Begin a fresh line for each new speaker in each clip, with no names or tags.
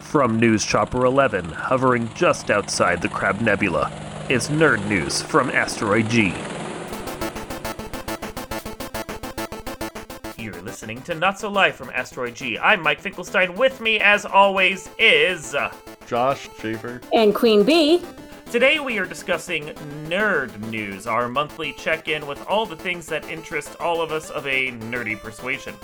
From News Chopper 11, hovering just outside the Crab Nebula, is nerd news from Asteroid G. You're listening to Not So Live from Asteroid G. I'm Mike Finkelstein. With me, as always, is.
Josh Schaefer.
And Queen Bee.
Today we are discussing nerd news, our monthly check in with all the things that interest all of us of a nerdy persuasion.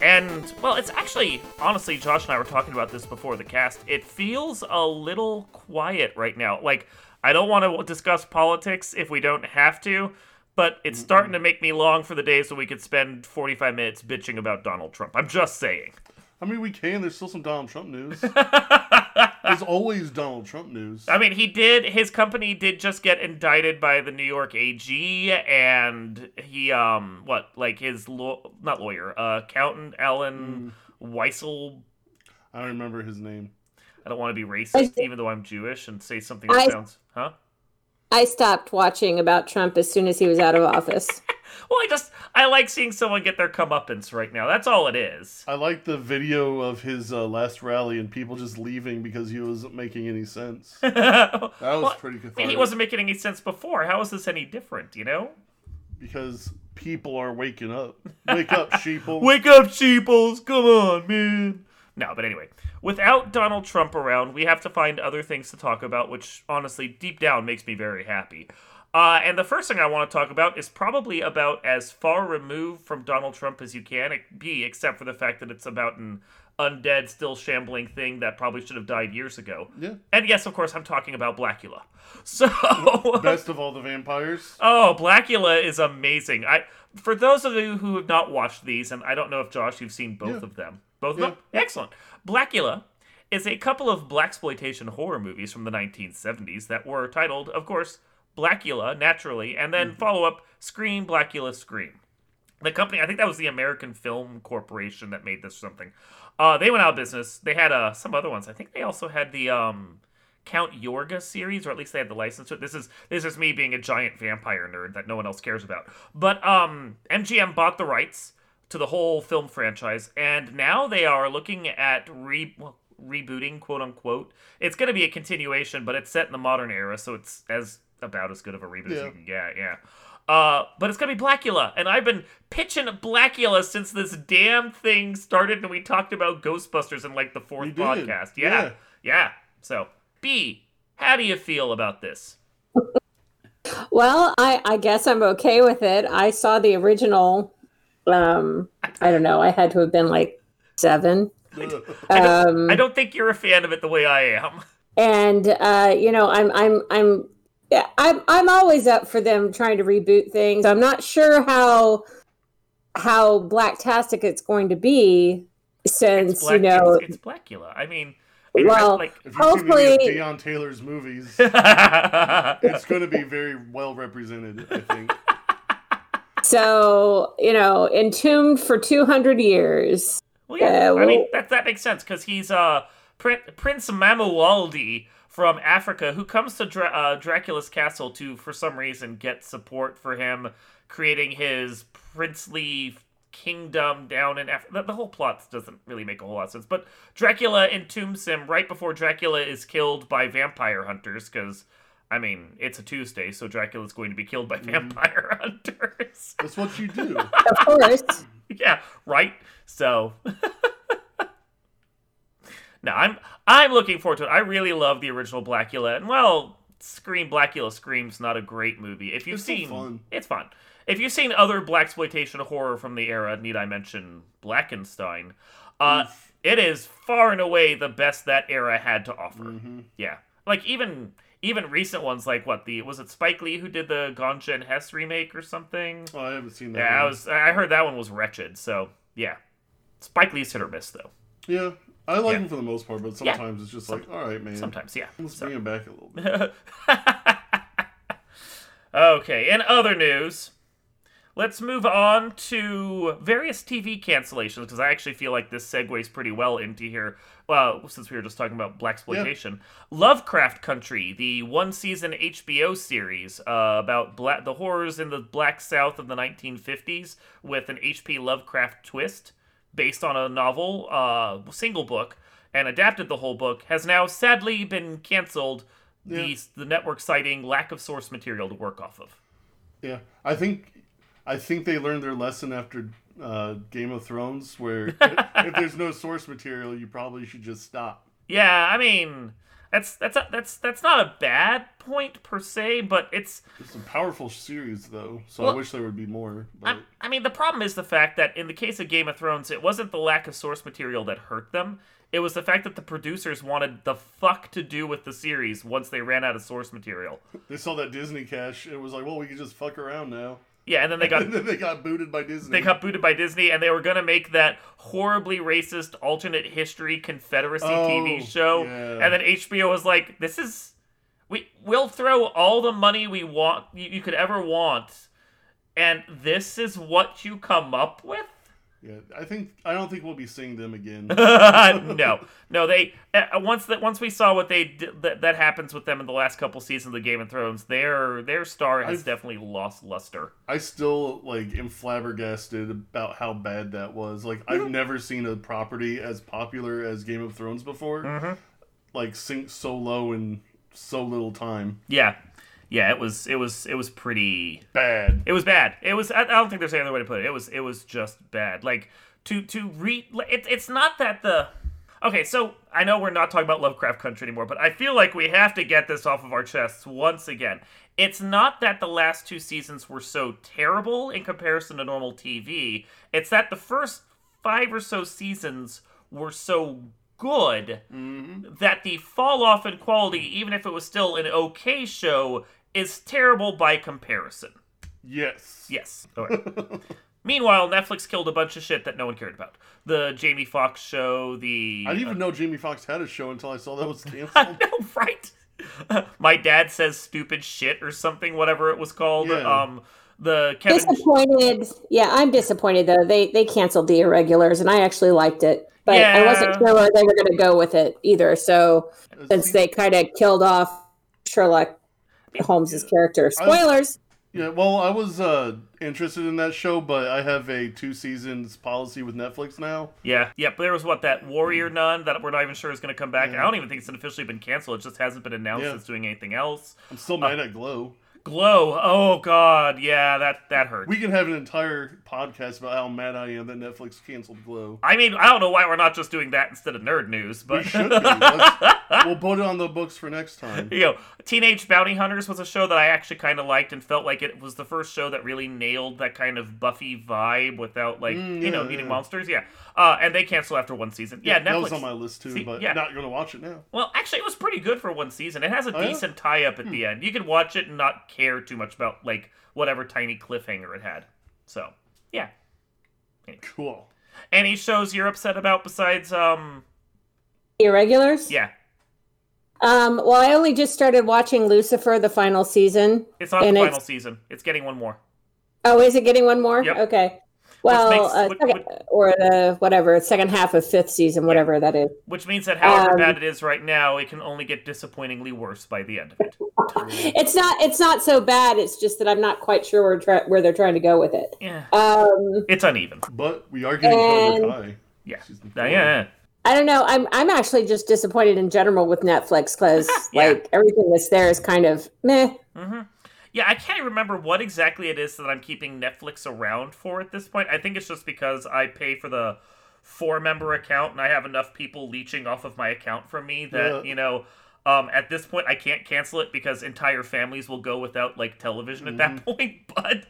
And, well, it's actually, honestly, Josh and I were talking about this before the cast. It feels a little quiet right now. Like, I don't want to discuss politics if we don't have to, but it's starting to make me long for the days when we could spend 45 minutes bitching about Donald Trump. I'm just saying.
I mean, we can. There's still some Donald Trump news. There's always Donald Trump news.
I mean, he did. His company did just get indicted by the New York AG, and he, um, what, like his law, not lawyer, uh, accountant Alan Weissel.
I don't remember his name.
I don't want to be
I-
racist, even though I'm Jewish, and say something that
I-
sounds, huh?
I stopped watching about Trump as soon as he was out of office.
Well, I just I like seeing someone get their comeuppance right now. That's all it is.
I like the video of his uh, last rally and people just leaving because he wasn't making any sense. That
that
was pretty
I mean, he
cathartic.
wasn't making any sense before. How is this any different? You know?
because people are waking up. Wake up, sheeple.
Wake up, sheeples! Come on, man. No, but anyway, without Donald Trump around, we have to find other things to talk about, which honestly, deep down, makes me very happy. Uh, and the first thing I want to talk about is probably about as far removed from Donald Trump as you can be, except for the fact that it's about an undead, still shambling thing that probably should have died years ago.
Yeah.
And yes, of course, I'm talking about Blackula. So.
Best of all the vampires.
Oh, Blackula is amazing. I for those of you who have not watched these, and I don't know if Josh you've seen both
Yeah.
of them. Both
Yeah.
of them? Excellent. Blackula is a couple of blaxploitation horror movies from the 1970s that were titled, of course, Blackula, naturally, and then
Mm-hmm.
follow up Scream, Blackula, Scream. The company, I think that was the American Film Corporation that made this or something. Uh, they went out of business. They had uh, some other ones. I think they also had the um, Count Yorga series, or at least they had the license to it. This is this is me being a giant vampire nerd that no one else cares about. But um, MGM bought the rights to the whole film franchise, and now they are looking at re well, rebooting, quote unquote. It's going to be a continuation, but it's set in the modern era, so it's as about as good of a reboot as
Yeah.
you can get. Yeah. Uh, but it's gonna be Blackula, and I've been pitching Blackula since this damn thing started, and we talked about Ghostbusters in like the fourth
You did.
podcast. yeah.
Yeah.
Yeah. So, B, how do you feel about this?
Well, I, I guess I'm okay with it. I saw the original. Um, I don't know. I had to have been like seven.
I don't,
Um,
I don't think you're a fan of it the way I am.
and uh, you know, I'm I'm I'm yeah, I'm I'm always up for them trying to reboot things. I'm not sure how how blacktastic it's going to be since
Black,
you know
it's, it's Blackula. I mean, it-
Well-
like,
If you've seen
Hopefully-
any of Deion Taylor's movies, it's going to be very well represented, I think.
So, you know, entombed for 200 years.
well, yeah.
Yeah,
I mean,
well-
that that makes sense because he's uh Prin- Prince Mamuwaldi from Africa who comes to Dra- uh, Dracula's castle to, for some reason, get support for him creating his princely kingdom down in Africa. The, the whole plot doesn't really make a whole lot of sense, but Dracula entombs him right before Dracula is killed by vampire hunters because. I mean, it's a Tuesday, so Dracula's going to be killed
Mm-hmm.
by vampire hunters.
That's what you do.
Of course.
yeah, right. So, no, I'm I'm looking forward to it. I really love the original Blackula, and well, Scream Blackula Scream's not a great movie. If you've
It's still
seen,
fun.
it's fun. If you've seen other black exploitation horror from the era, need I mention Blackenstein? Uh, it is far and away the best that era had to offer.
hmm
Yeah, like even even recent ones like what the was it Spike Lee who did the Ganja and Hess remake or something?
Oh, I haven't seen that.
Yeah, I
one.
was. I heard that one was wretched. So yeah, Spike Lee's hit or miss though.
Yeah, I like
Yeah.
him for the most part, but
Yeah.
sometimes it's just like, all right, man.
Sometimes, yeah.
Let's
So-
bring him back a little bit.
okay. In other news, let's move on to various TV cancellations because I actually feel like this segues pretty well into here. Well, since we were just talking about black exploitation, Lovecraft Country, the one season HBO series uh, about bla- the horrors in the Black South of the 1950s with an H.P. Lovecraft twist based on a novel, uh, single book. and adapted the whole book has now sadly been canceled.
Yeah.
The, the network citing lack of source material to work off of.
Yeah, I think I think they learned their lesson after uh, Game of Thrones, where if there's no source material, you probably should just stop.
Yeah, I mean, that's that's a, that's that's not a bad point per se, but it's
It's a powerful series, though, so I
Well-
wish there would be more. But
I, I mean, the problem is the fact that in the case of Game of Thrones, it wasn't the lack of source material that hurt them. It was the fact that the producers wanted the fuck to do with the series once they ran out of source material.
they saw that Disney cash, and it was like, well, we can just fuck around now.
Yeah, and then they got
and then they got booted by Disney.
they got booted by Disney, and they were gonna make that horribly racist alternate history Confederacy
Oh,
TV show,
yeah.
and then HBO was like, "This is we we'll throw all the money we want you, you could ever want, and this is what you come up with."
Yeah, I think I don't think we'll be seeing them again.
no, no, they uh, once that once we saw what they did, that that happens with them in the last couple seasons of Game of Thrones, their their star has
I've-
definitely lost luster.
I still like am flabbergasted about how bad that was. Like I've never seen a property as popular as Game of Thrones before. Like sink so low in so little time.
Yeah, yeah, it was it was it was pretty
Bad.
It was bad. It was. I I don't think there's any other way to put it. It was. It was just bad. Like to to read. It, it's not that the. Okay, so I know we're not talking about Lovecraft Country anymore, but I feel like we have to get this off of our chests once again. It's not that the last two seasons were so terrible in comparison to normal TV. It's that the first five or so seasons were so good
Mm-hmm.
that the fall off in quality, even if it was still an okay show, is terrible by comparison.
Yes.
Yes. Okay. Meanwhile, Netflix killed a bunch of shit that no one cared about. The Jamie Foxx show, the. uh,
I didn't even know Jamie Foxx had a show until I saw that was canceled.
no, right? My dad says stupid shit or something, whatever it was called.
Yeah.
Um, the Kevin.
Disappointed. Yeah, I'm disappointed though. They they canceled the irregulars, and I actually liked it, but I wasn't
Yeah.
sure where they were going to go with it either. So since they kind of killed off Sherlock Holmes's character, spoilers.
yeah, well, I was uh, interested in that show, but I have a two seasons policy with Netflix now.
yeah, yeah. But there was what that warrior nun that we're not even sure is going to come back.
Mm. Yeah.
I don't even think it's officially been canceled. It just hasn't been announced
Yeah.
it's doing anything else.
I'm still mad at Glow.
Glow. Oh God, yeah, that that hurt.
We can have an entire podcast about how mad I am that Netflix canceled Glow.
I mean, I don't know why we're not just doing that instead of nerd news, but
We should be. Let's- we'll put it on the books for next time.
you know, Teenage Bounty Hunters was a show that I actually kind of liked and felt like it was the first show that really nailed that kind of Buffy vibe without like
Mm,
you know
yeah,
needing
yeah.
monsters. Yeah, uh, and they canceled after one season. Yeah,
that
Netflix.
was on my list too,
See,
but
yeah.
not gonna watch it now.
Well, actually, it was pretty good for one season. It has a
Oh, yeah?
decent tie up at the end. You could watch it and not care too much about like whatever tiny cliffhanger it had. So yeah,
Cool.
any shows you're upset about besides um
The irregulars.
yeah
Um. Well, I only just started watching Lucifer, the final season.
it's on
And
the
it's-
final season. It's getting one more.
Oh, is it getting one more?
Yep.
Okay. Well,
makes-
uh,
which-
second, or the whatever second half of fifth season, whatever that is.
Which means that however
Um,
bad it is right now, it can only get disappointingly worse by the end of it.
It's not. It's not so bad. It's just that I'm not quite sure where, try where they're trying to go with it.
Yeah.
Um,
It's uneven.
But we are getting Cobra
And-
Kai.
Yeah.
She's the
Yeah, yeah,
I don't know. I'm I'm actually just disappointed in general with Netflix because
Yeah.
like everything that's there is kind of meh.
yeah. hmm Yeah, I can't remember what exactly it is that I'm keeping Netflix around for at this point. I think it's just because I pay for the four member account and I have enough people leeching off of my account from me that,
Yeah.
you know, um, at this point I can't cancel it because entire families will go without like television at that point. But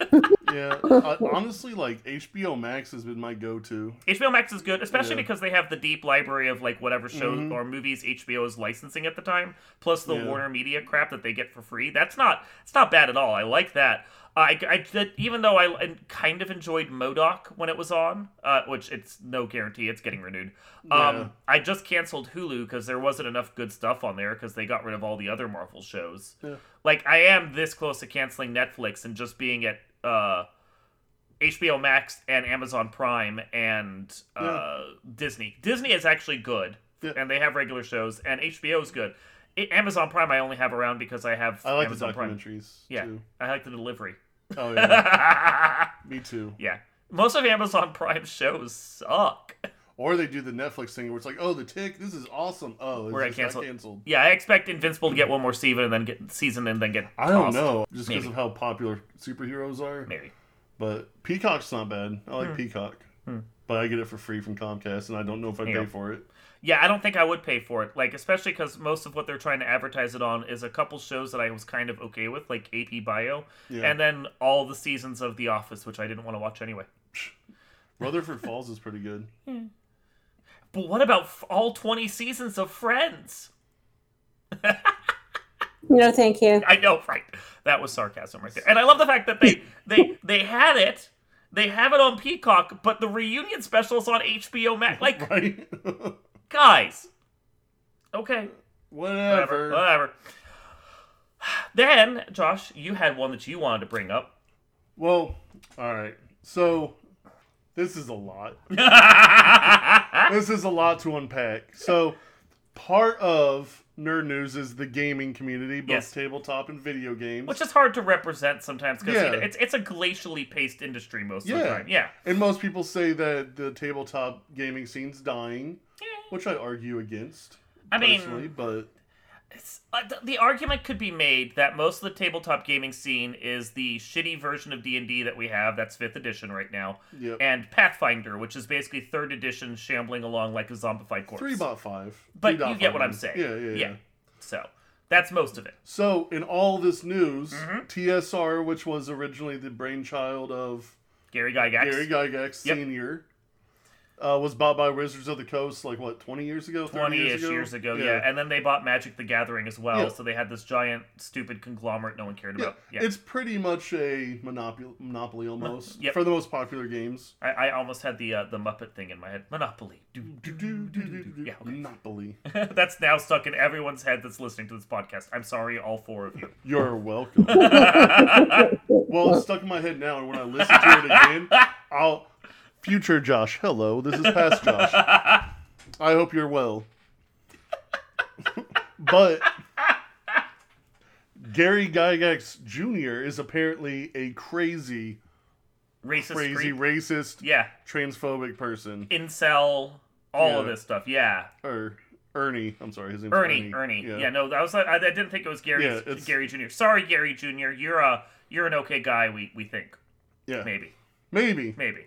Yeah. I, honestly, like HBO Max has been my go-to.
HBO Max is good, especially
Yeah.
because they have the deep library of like whatever shows
Mhm.
or movies HBO is licensing at the time, plus the
Yeah.
Warner Media crap that they get for free. That's not it's not bad at all. I like that. Uh, I, I that- even though I I kind of enjoyed Modoc when it was on, uh, which it's no guarantee it's getting renewed. Um,
Yeah.
I just canceled Hulu because there wasn't enough good stuff on there because they got rid of all the other Marvel shows.
Yeah.
Like I am this close to canceling Netflix and just being at uh, HBO Max and Amazon Prime and uh, Disney. Disney is actually good,
Yeah.
and they have regular shows, and HBO is good. I- Amazon Prime I only have around because I have
I like
Amazon
the
Prime.
documentaries
Yeah.
too.
I like the delivery.
Oh yeah.
yeah.
me too.
Most of Amazon Prime shows suck.
Or they do the Netflix thing where it's like, oh, the tick, this is awesome. Oh, it's
We're gonna
just
cancel
got
it.
canceled.
Yeah, I expect Invincible to get one more season and then get season and then get.
I don't
tossed.
know, just because
Maybe.
of how popular superheroes are.
Maybe.
But Peacock's not bad. I like Peacock,
Hmm.
but I get it for free from Comcast, and I don't know if I
Yeah.
pay for it.
Yeah, I don't think I would pay for it. Like, especially because most of what they're trying to advertise it on is a couple shows that I was kind of okay with, like AP Bio,
Yeah.
and then all the seasons of The Office, which I didn't want to watch anyway.
Rutherford Falls is pretty good.
But what about f- all 20 seasons of Friends?
No, thank you.
I know, right? That was sarcasm right there. And I love the fact that they they they had it. They have it on Peacock, but the reunion special is on HBO Max. Like,
Right?
guys. Okay. Whatever.
Whatever.
Whatever. Then, Josh, you had one that you wanted to bring up.
Well, all right. So this is a lot. this is a lot to unpack. So part of nerd news is the gaming community, both
Yes.
tabletop and video games.
Which is hard to represent sometimes because
Yeah.
it's it's a glacially paced industry most of the
Yeah.
time. Yeah.
and most people say that the tabletop gaming scene's dying, which I argue against.
I mean-
personally, but
It's, uh, th- the argument could be made that most of the tabletop gaming scene is the shitty version of D&D that we have, that's 5th edition right now,
yeah,
and Pathfinder, which is basically 3rd edition shambling along like a zombified corpse.
three bot five.
But
Three dot
you get what
five.
I'm saying.
Yeah, yeah, yeah.
Yeah. So, that's most of it.
So in all this news,
Mm-hmm.
TSR, which was originally the brainchild of
Gary Gygax.
Gary Gygax
Yep.
Senior uh, was bought by Wizards of the Coast like what twenty years ago, 30
20 ish years ago, yeah. And then they bought Magic the Gathering as well,
Yeah.
so they had this giant, stupid conglomerate no one cared
Yeah.
about. Yeah.
It's pretty much a monopoly, monopoly almost
Yep.
for the most popular games.
I, I almost had the uh, the Muppet thing in my head. Monopoly. Do, do, do, do, do, do. Yeah, okay.
Monopoly.
that's now stuck in everyone's head that's listening to this podcast. I'm sorry, all four of you.
You're welcome. well, it's stuck in my head now, and when I listen to it again, I'll. Future Josh, hello. This is past Josh. I hope you're well. but Gary Gygax Jr. is apparently a crazy,
Racist.
crazy,
creep.
racist,
yeah.
transphobic person.
Incel. All of
Yeah.
this stuff. Yeah.
Or Ernie. I'm sorry, his name's
Ernie. Ernie. Yeah. no, I was. I, I didn't think it was Gary.
Yeah, it's-
Gary Jr. Sorry, Gary Jr. You're a you're an okay guy. We we think
Yeah.
maybe
Maybe.
maybe.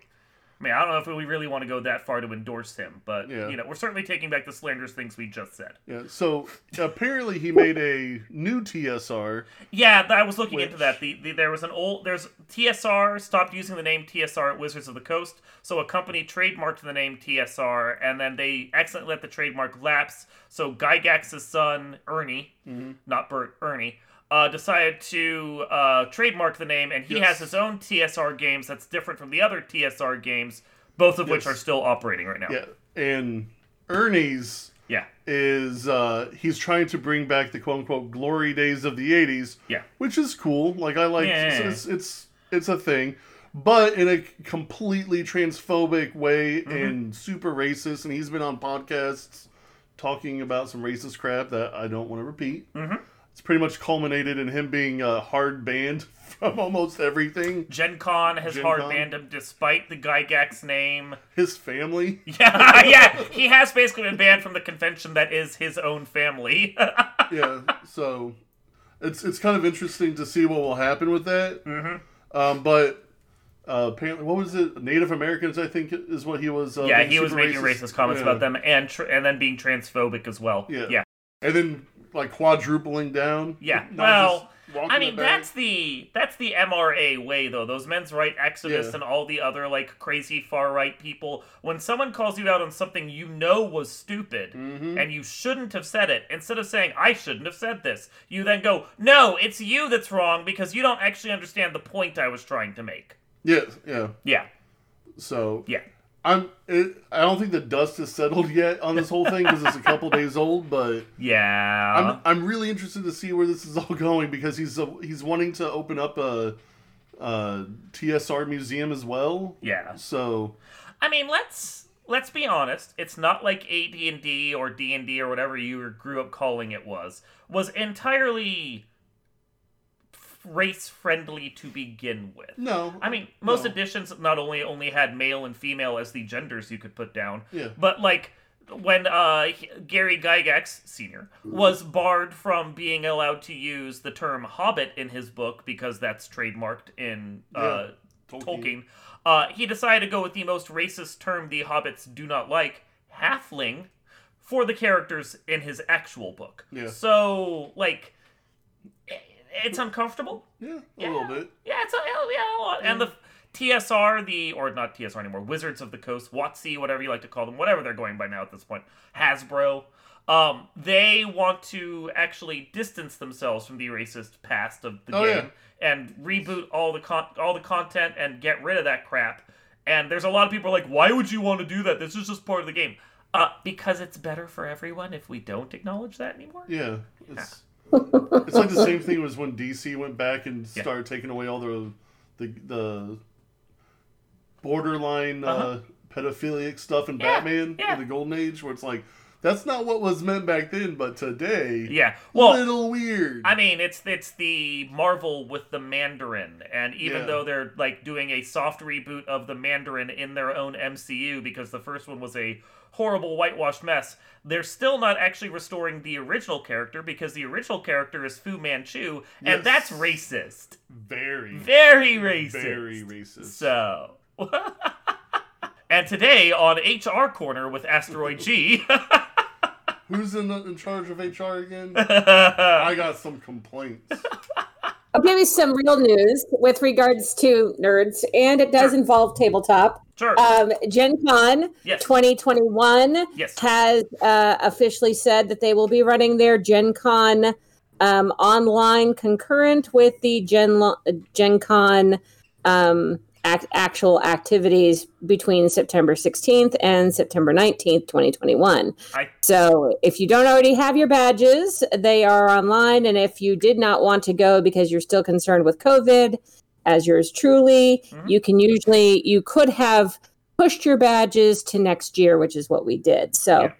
I mean, I don't know if we really want to go that far to endorse him, but
Yeah.
you know, we're certainly taking back the slanderous things we just said.
Yeah. So apparently he made a new TSR.
Yeah, th- I was looking into
Which-
that. The, the there was an old there's TSR stopped using the name TSR at Wizards of the Coast, so a company trademarked the name TSR, and then they accidentally let the trademark lapse. So Gygax's son Ernie,
Mm-hmm.
not Bert, Ernie, uh, decided to uh, trademark the name, and he
Yes.
has his own TSR games that's different from the other TSR games, both of which
Yes.
are still operating right now.
Yeah. And Ernie's
yeah,
is uh he's trying to bring back the quote unquote glory days of the eighties.
Yeah.
Which is cool. Like I like
Yeah.
so it's, it's it's a thing. But in a completely transphobic way
Mm-hmm.
and super racist, and he's been on podcasts talking about some racist crap that I don't want to repeat.
Mhm.
It's pretty much culminated in him being uh, hard banned from almost everything.
Gen Con has
Gen
hard
Con.
banned him despite the Gygax name.
His family
Yeah, yeah. He has basically been banned from the convention that is his own family.
yeah. So it's it's kind of interesting to see what will happen with that. Mm-hmm. Um, but uh, apparently, what was it? Native Americans, I think, is what he was. Uh,
yeah,
being
he was
super
making racist comments
Yeah.
about them and tr- and then being transphobic as well.
Yeah.
yeah.
and then like quadrupling down.
Yeah,
Not
well,
just walking
I
it
mean
back.
that's the that's the MRA way though. Those men's right activists
Yeah.
and all the other like crazy far right people. When someone calls you out on something you know was stupid
Mm-hmm.
and you shouldn't have said it, instead of saying I shouldn't have said this, you then go, "No, it's you that's wrong because you don't actually understand the point I was trying to make."
yeah, yeah.
Yeah.
So
Yeah.
I'm. It, I don't think the dust is settled yet on this whole thing because it's a couple days old, but.
Yeah.
I'm, I'm really interested to see where this is all going because he's uh he's wanting to open up a, uh, a TSR museum as well.
Yeah.
So
I mean, let's let's be honest. It's not like AD and D or D and D or whatever you grew up calling it was was entirely f- race friendly to begin with.
No,
I mean, most
no.
editions not only only had male and female as the genders you could put down,
Yeah.
but like when uh, he- Gary Gygax Senior was barred from being allowed to use the term "hobbit" in his book because that's trademarked in uh, Tolkien. Uh, he decided to go with the most racist term the hobbits do not like, halfling, for the characters in his actual book.
Yeah.
So like, i- it's uncomfortable.
Yeah, a
Yeah.
little bit.
Yeah, it's a, yeah, a lot.
Mm.
And the TSR, the or not TSR anymore, Wizards of the Coast, WotC, whatever you like to call them, whatever they're going by now at this point, Hasbro. Um, they want to actually distance themselves from the racist past of the
Oh, yeah.
game and reboot all the con- all the content and get rid of that crap. And there's a lot of people like, why would you want to do that? This is just part of the game. Uh, because it's better for everyone if we don't acknowledge that anymore.
Yeah, it's it's like the same thing was when DC went back and
Yeah.
started taking away all the the, the borderline uh
Uh-huh.
pedophilic stuff in
Yeah,
Batman
yeah.
in the Golden Age, where it's like that's not what was meant back then, but today,
Yeah. Well,
little weird.
I mean, it's it's the Marvel with the Mandarin, and even
Yeah.
though they're like doing a soft reboot of the Mandarin in their own MCU because the first one was a horrible whitewashed mess, they're still not actually restoring the original character because the original character is Fu Manchu, and
Yes.
that's racist,
very,
very racist.
very racist.
So. and today on HR Corner with Asteroid G.
Who's in, the, in charge of HR again? I got some complaints.
I'll give you some real news with regards to nerds, and it does
Sure.
involve tabletop.
sure.
Um, Gen Con
Yes.
2021
Yes.
has uh, officially said that they will be running their Gen Con um, online concurrent with the Gen, Lo- Gen Con um, act- actual activities between September 16th and September 19th, 2021.
I-
so if you don't already have your badges, they are online. And if you did not want to go because you're still concerned with COVID, as yours truly,
Mhm.
you can usually, you could have pushed your badges to next year, which is what we did. So
Yeah.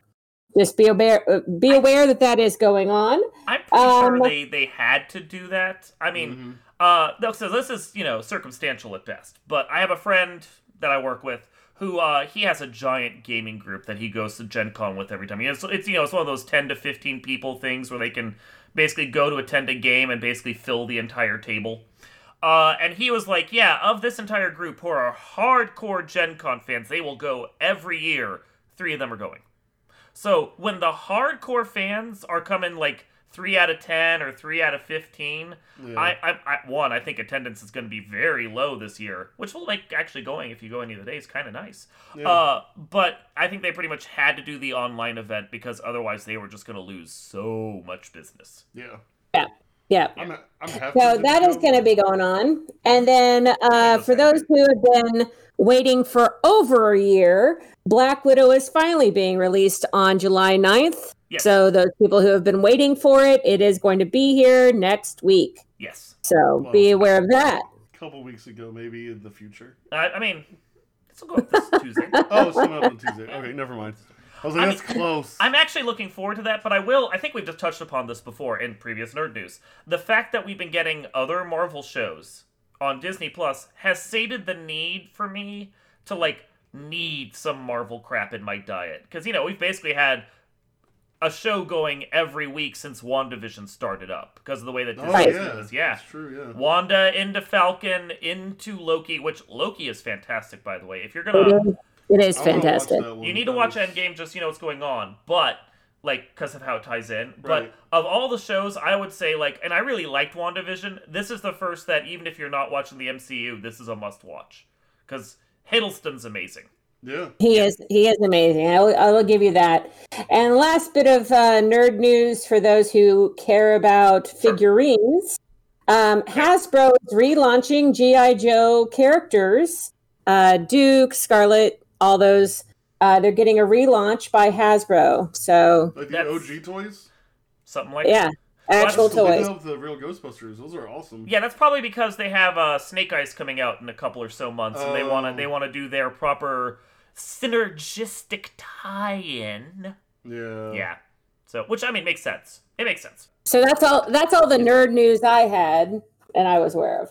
just be aware, uh, be aware that that is going on.
I'm pretty sure
Um,
they, they had to do that. I mean,
Mhm.
Uh, no, so this is you know circumstantial at best. But I have a friend that I work with who uh, he has a giant gaming group that he goes to Gen Con with every time. He has, it's you know it's one of those ten to fifteen people things where they can basically go to attend a game and basically fill the entire table. Uh, and he was like, yeah, of this entire group who are hardcore Gen Con fans, they will go every year. Three of them are going. So when the hardcore fans are coming like three out of ten or three out of fifteen,
Yeah.
I, I, I one, I think attendance is going to be very low this year, which will make actually going if you go any of the days kind of nice.
Yeah.
Uh, but I think they pretty much had to do the online event because otherwise they were just going to lose so much business.
yeah.
Yeah.
I'm, I'm happy.
So that is going to be going on. And then uh, for those who have been waiting for over a year, Black Widow is finally being released on July 9th.
Yes.
So those people who have been waiting for it, it is going to be here next week.
Yes,
So be
Wow.
aware of that.
a couple weeks ago, maybe in the future.
I, I mean, this will go up this Tuesday.
Oh, it's coming up on Tuesday. Okay, never mind. I was like,
I
that's close.
I'm actually looking forward to that, but I will. I think we've just touched upon this before in previous nerd news. The fact that we've been getting other Marvel shows on Disney Plus has sated the need for me to like need some Marvel crap in my diet because you know we've basically had a show going every week since WandaVision started up because of the way that
Oh,
Disney
Right.
is. Yeah,
It's true, yeah.
Wanda into Falcon into Loki, which Loki is fantastic by the way. If you're
It
gonna
is- it is
I wanna watch
fantastic.
that one.
you need to
That
watch
was-
Endgame just so you know what's going on, but like because of how it ties in.
Right.
But of all the shows, I would say like, and I really liked WandaVision. This is the first that even if you're not watching the MCU, this is a must watch because Hiddleston's amazing.
Yeah.
He is he is amazing. I will, I will give you that. And last bit of uh, nerd news for those who care about figurines: um, Hasbro is relaunching GI Joe characters, uh, Duke, Scarlet, all those. Uh, they're getting a relaunch by Hasbro. So
Like the
That's-
OG toys?
Something like
yeah, actual
That's
So they
toys.
have the real Ghostbusters. Those are awesome.
Yeah, that's probably because they have uh, Snake Eyes coming out in a couple or so months, and they wanna
Oh.
they wanna do their proper synergistic tie-in.
Yeah.
yeah. So, which I mean makes sense. It makes sense.
So that's all. That's all the nerd news I had. and I was aware of.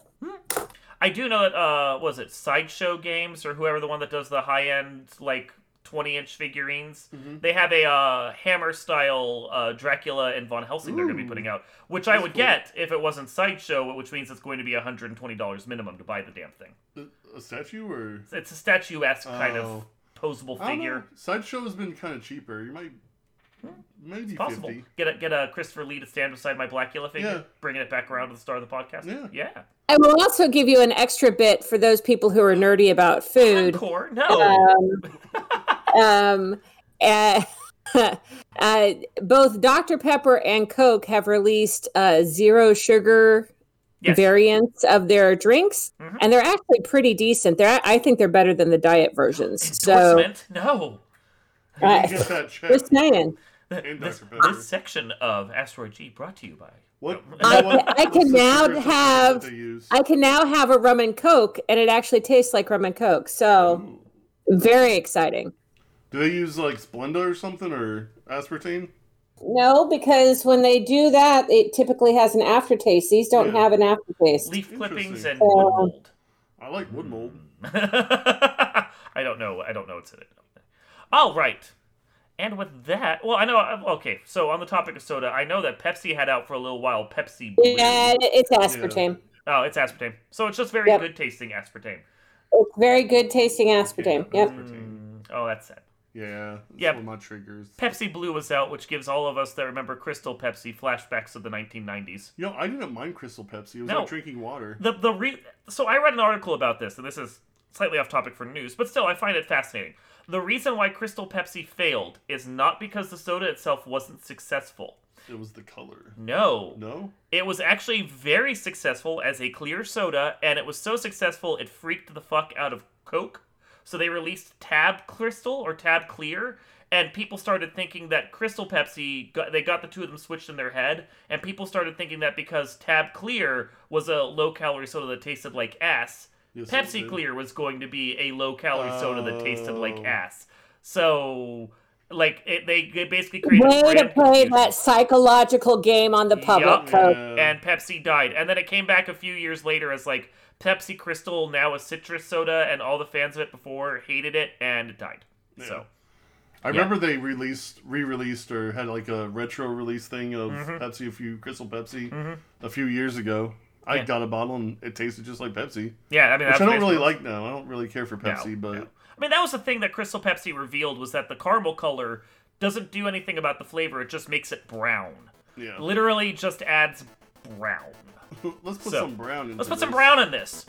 I do know that uh was it Sideshow Games or whoever the one that does the high end like 20 inch figurines.
Mhm.
They have a uh, hammer style uh, Dracula and Von Helsing they're going to be
Ooh,
putting out, which I
that's
would
cool.
get if it wasn't Sideshow, which means it's going to be $120 minimum to buy the damn thing.
A- A statue or
It's a statuesque kind of
Oh.
posable
I don't know.
figure. Hmm.
Sideshow has been kind of cheaper. You might maybe
Possible.
fifty.
Get a get a Christopher Lee to stand beside my Blackula figure,
Yeah.
bringing it back around to the start of the podcast.
Yeah.
yeah.
I will also give you an extra bit for those people who are nerdy about food.
Encore? No.
Um, um, uh, uh, both Dr. Pepper and Coke have released uh, zero sugar
yes.
variants of their drinks,
Mhm.
and they're actually pretty decent. They're, I think they're better than the diet versions. So,
Endorsement? No.
You
Right.
can get that check.
just saying,
And
This,
Dr. Pepper.
this section of Asteroid G brought to you by.
What?
I-
what-
I can
what's the
now
cigarette that
have-
They use.
I can now have a rum and Coke, and it actually tastes like rum and Coke. So,
Ooh.
very exciting.
Do they use like Splenda or something or aspartame?
No, because when they do that, it typically has an aftertaste. These don't
Yeah.
have an aftertaste.
Leaf clippings and
Interesting.
wood
Um,
mold.
I like wood mold.
I don't know. I don't know what's in it. All right. And with that, well, I know. Okay, so on the topic of soda, I know that Pepsi had out for a little while Pepsi Blue.
Yeah, it's aspartame.
Oh, it's aspartame. So it's just very
Yep.
good tasting aspartame.
It's very good tasting aspartame.
Yeah.
Yep.
Aspartame.
Mm, oh, that's sad.
Yeah. That's
Yep.
one of my triggers.
Pepsi Blue was out, which gives all of us that remember Crystal Pepsi flashbacks of the 1990s.
You know, I didn't mind Crystal Pepsi. It was
No.
like drinking water.
The the re- so I read an article about this, and this is slightly off topic for news, but still I find it fascinating. The reason why Crystal Pepsi failed is not because the soda itself wasn't successful.
It was the color.
No.
No?
It was actually very successful as a clear soda, and it was so successful it freaked the fuck out of Coke. So they released Tab Crystal or Tab Clear, and people started thinking that Crystal Pepsi, got, they got the two of them switched in their head, and people started thinking that because Tab Clear was a low calorie soda that tasted like ass,
Yes, it
Pepsi
did.
Clear was going to be a low calorie soda that tasted like
Oh.
ass. So, like, it, they, they basically created.
Way
brand
to play
confusion.
that psychological game on the public,
Yup.
Coke.
Yeah.
and Pepsi died. And then it came back a few years later as like Pepsi Crystal, now a citrus soda, and all the fans of it before hated it and it died.
Yeah.
So
I remember they released, re-released, or had like a retro release thing of
Mm-hmm.
Pepsi, a few Crystal Pepsi, a few years ago. I
Yeah.
got a bottle and it tasted just like Pepsi,
yeah, I mean,
which
that's
I don't
basically-
really like now. I don't really care for Pepsi, but
no. I mean, that was the thing that Crystal Pepsi revealed was that the caramel color doesn't do anything about the flavor; it just makes it brown.
yeah.
Literally, just adds brown.
Let's put
So,
some brown in.
Let's put some brown in this.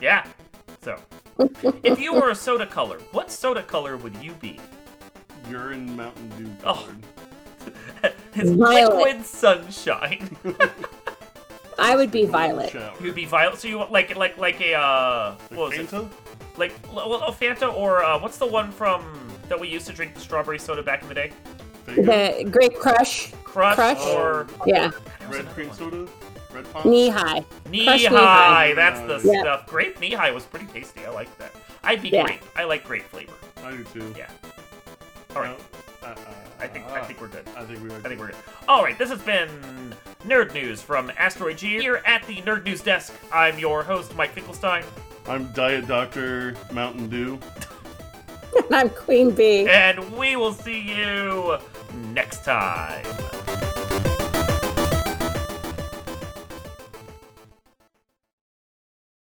Yeah. So, if you were a soda color, what soda color would you be?
Urine Mountain Dew.
Oh.
colored.
It's
Violet.
liquid sunshine.
I would be violet.
Shower.
You'd be violent. So you want like like like a uh,
Like
what was it?
Fanta?
Like well, oh, Fanta or uh, what's the one from that we used to drink the strawberry soda back in the day?
Fanta?
The Grape Crush.
Crush,
Crush?
or
Yeah.
Oh. Red cream soda? Red pop?
Knee high.
knee
Crush knee
high.
high.
That's the
Yeah.
stuff. Grape knee high was pretty tasty. I like that. I'd be
Yeah.
grape. I like grape flavor.
I do too.
Yeah. All right.
No, uh, uh,
I think I think we're good.
I think we are.
I think we're good. All right. This has been nerd news from Asteroid G here at the Nerd News desk. I'm your host Mike Finkelstein,
I'm Diet Doctor Mountain Dew.
I'm Queen Bee.
and we will see you next time.